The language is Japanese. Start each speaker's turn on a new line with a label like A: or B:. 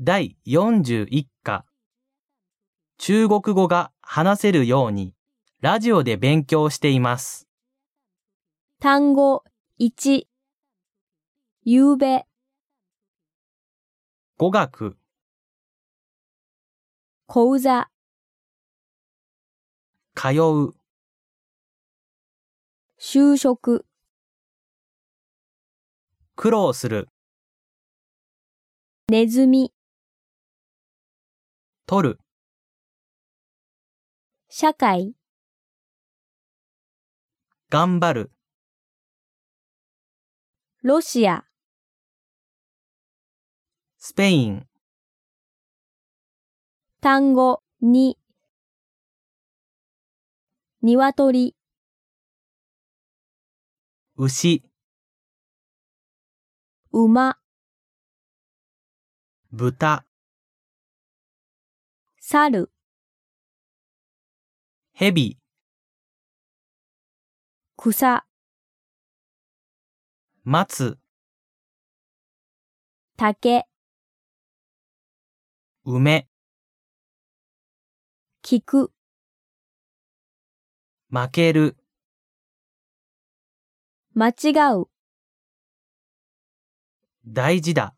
A: 第41課中国語が話せるようにラジオで勉強しています。
B: 単語1ゆうべ、
A: 語学、
B: 講座、
A: 通う、
B: 就職、
A: 苦労する、
B: ネズミ、
A: 取る、
B: 社会、
A: 頑張る、
B: ロシア、
A: スペイン、
B: 単語2鶏、
A: 牛、
B: 馬、
A: 豚、
B: 猿、
A: 蛇、
B: 草、
A: 待つ、
B: 竹、
A: 梅、
B: 菊、
A: 負ける、
B: 間違う、
A: 大事だ、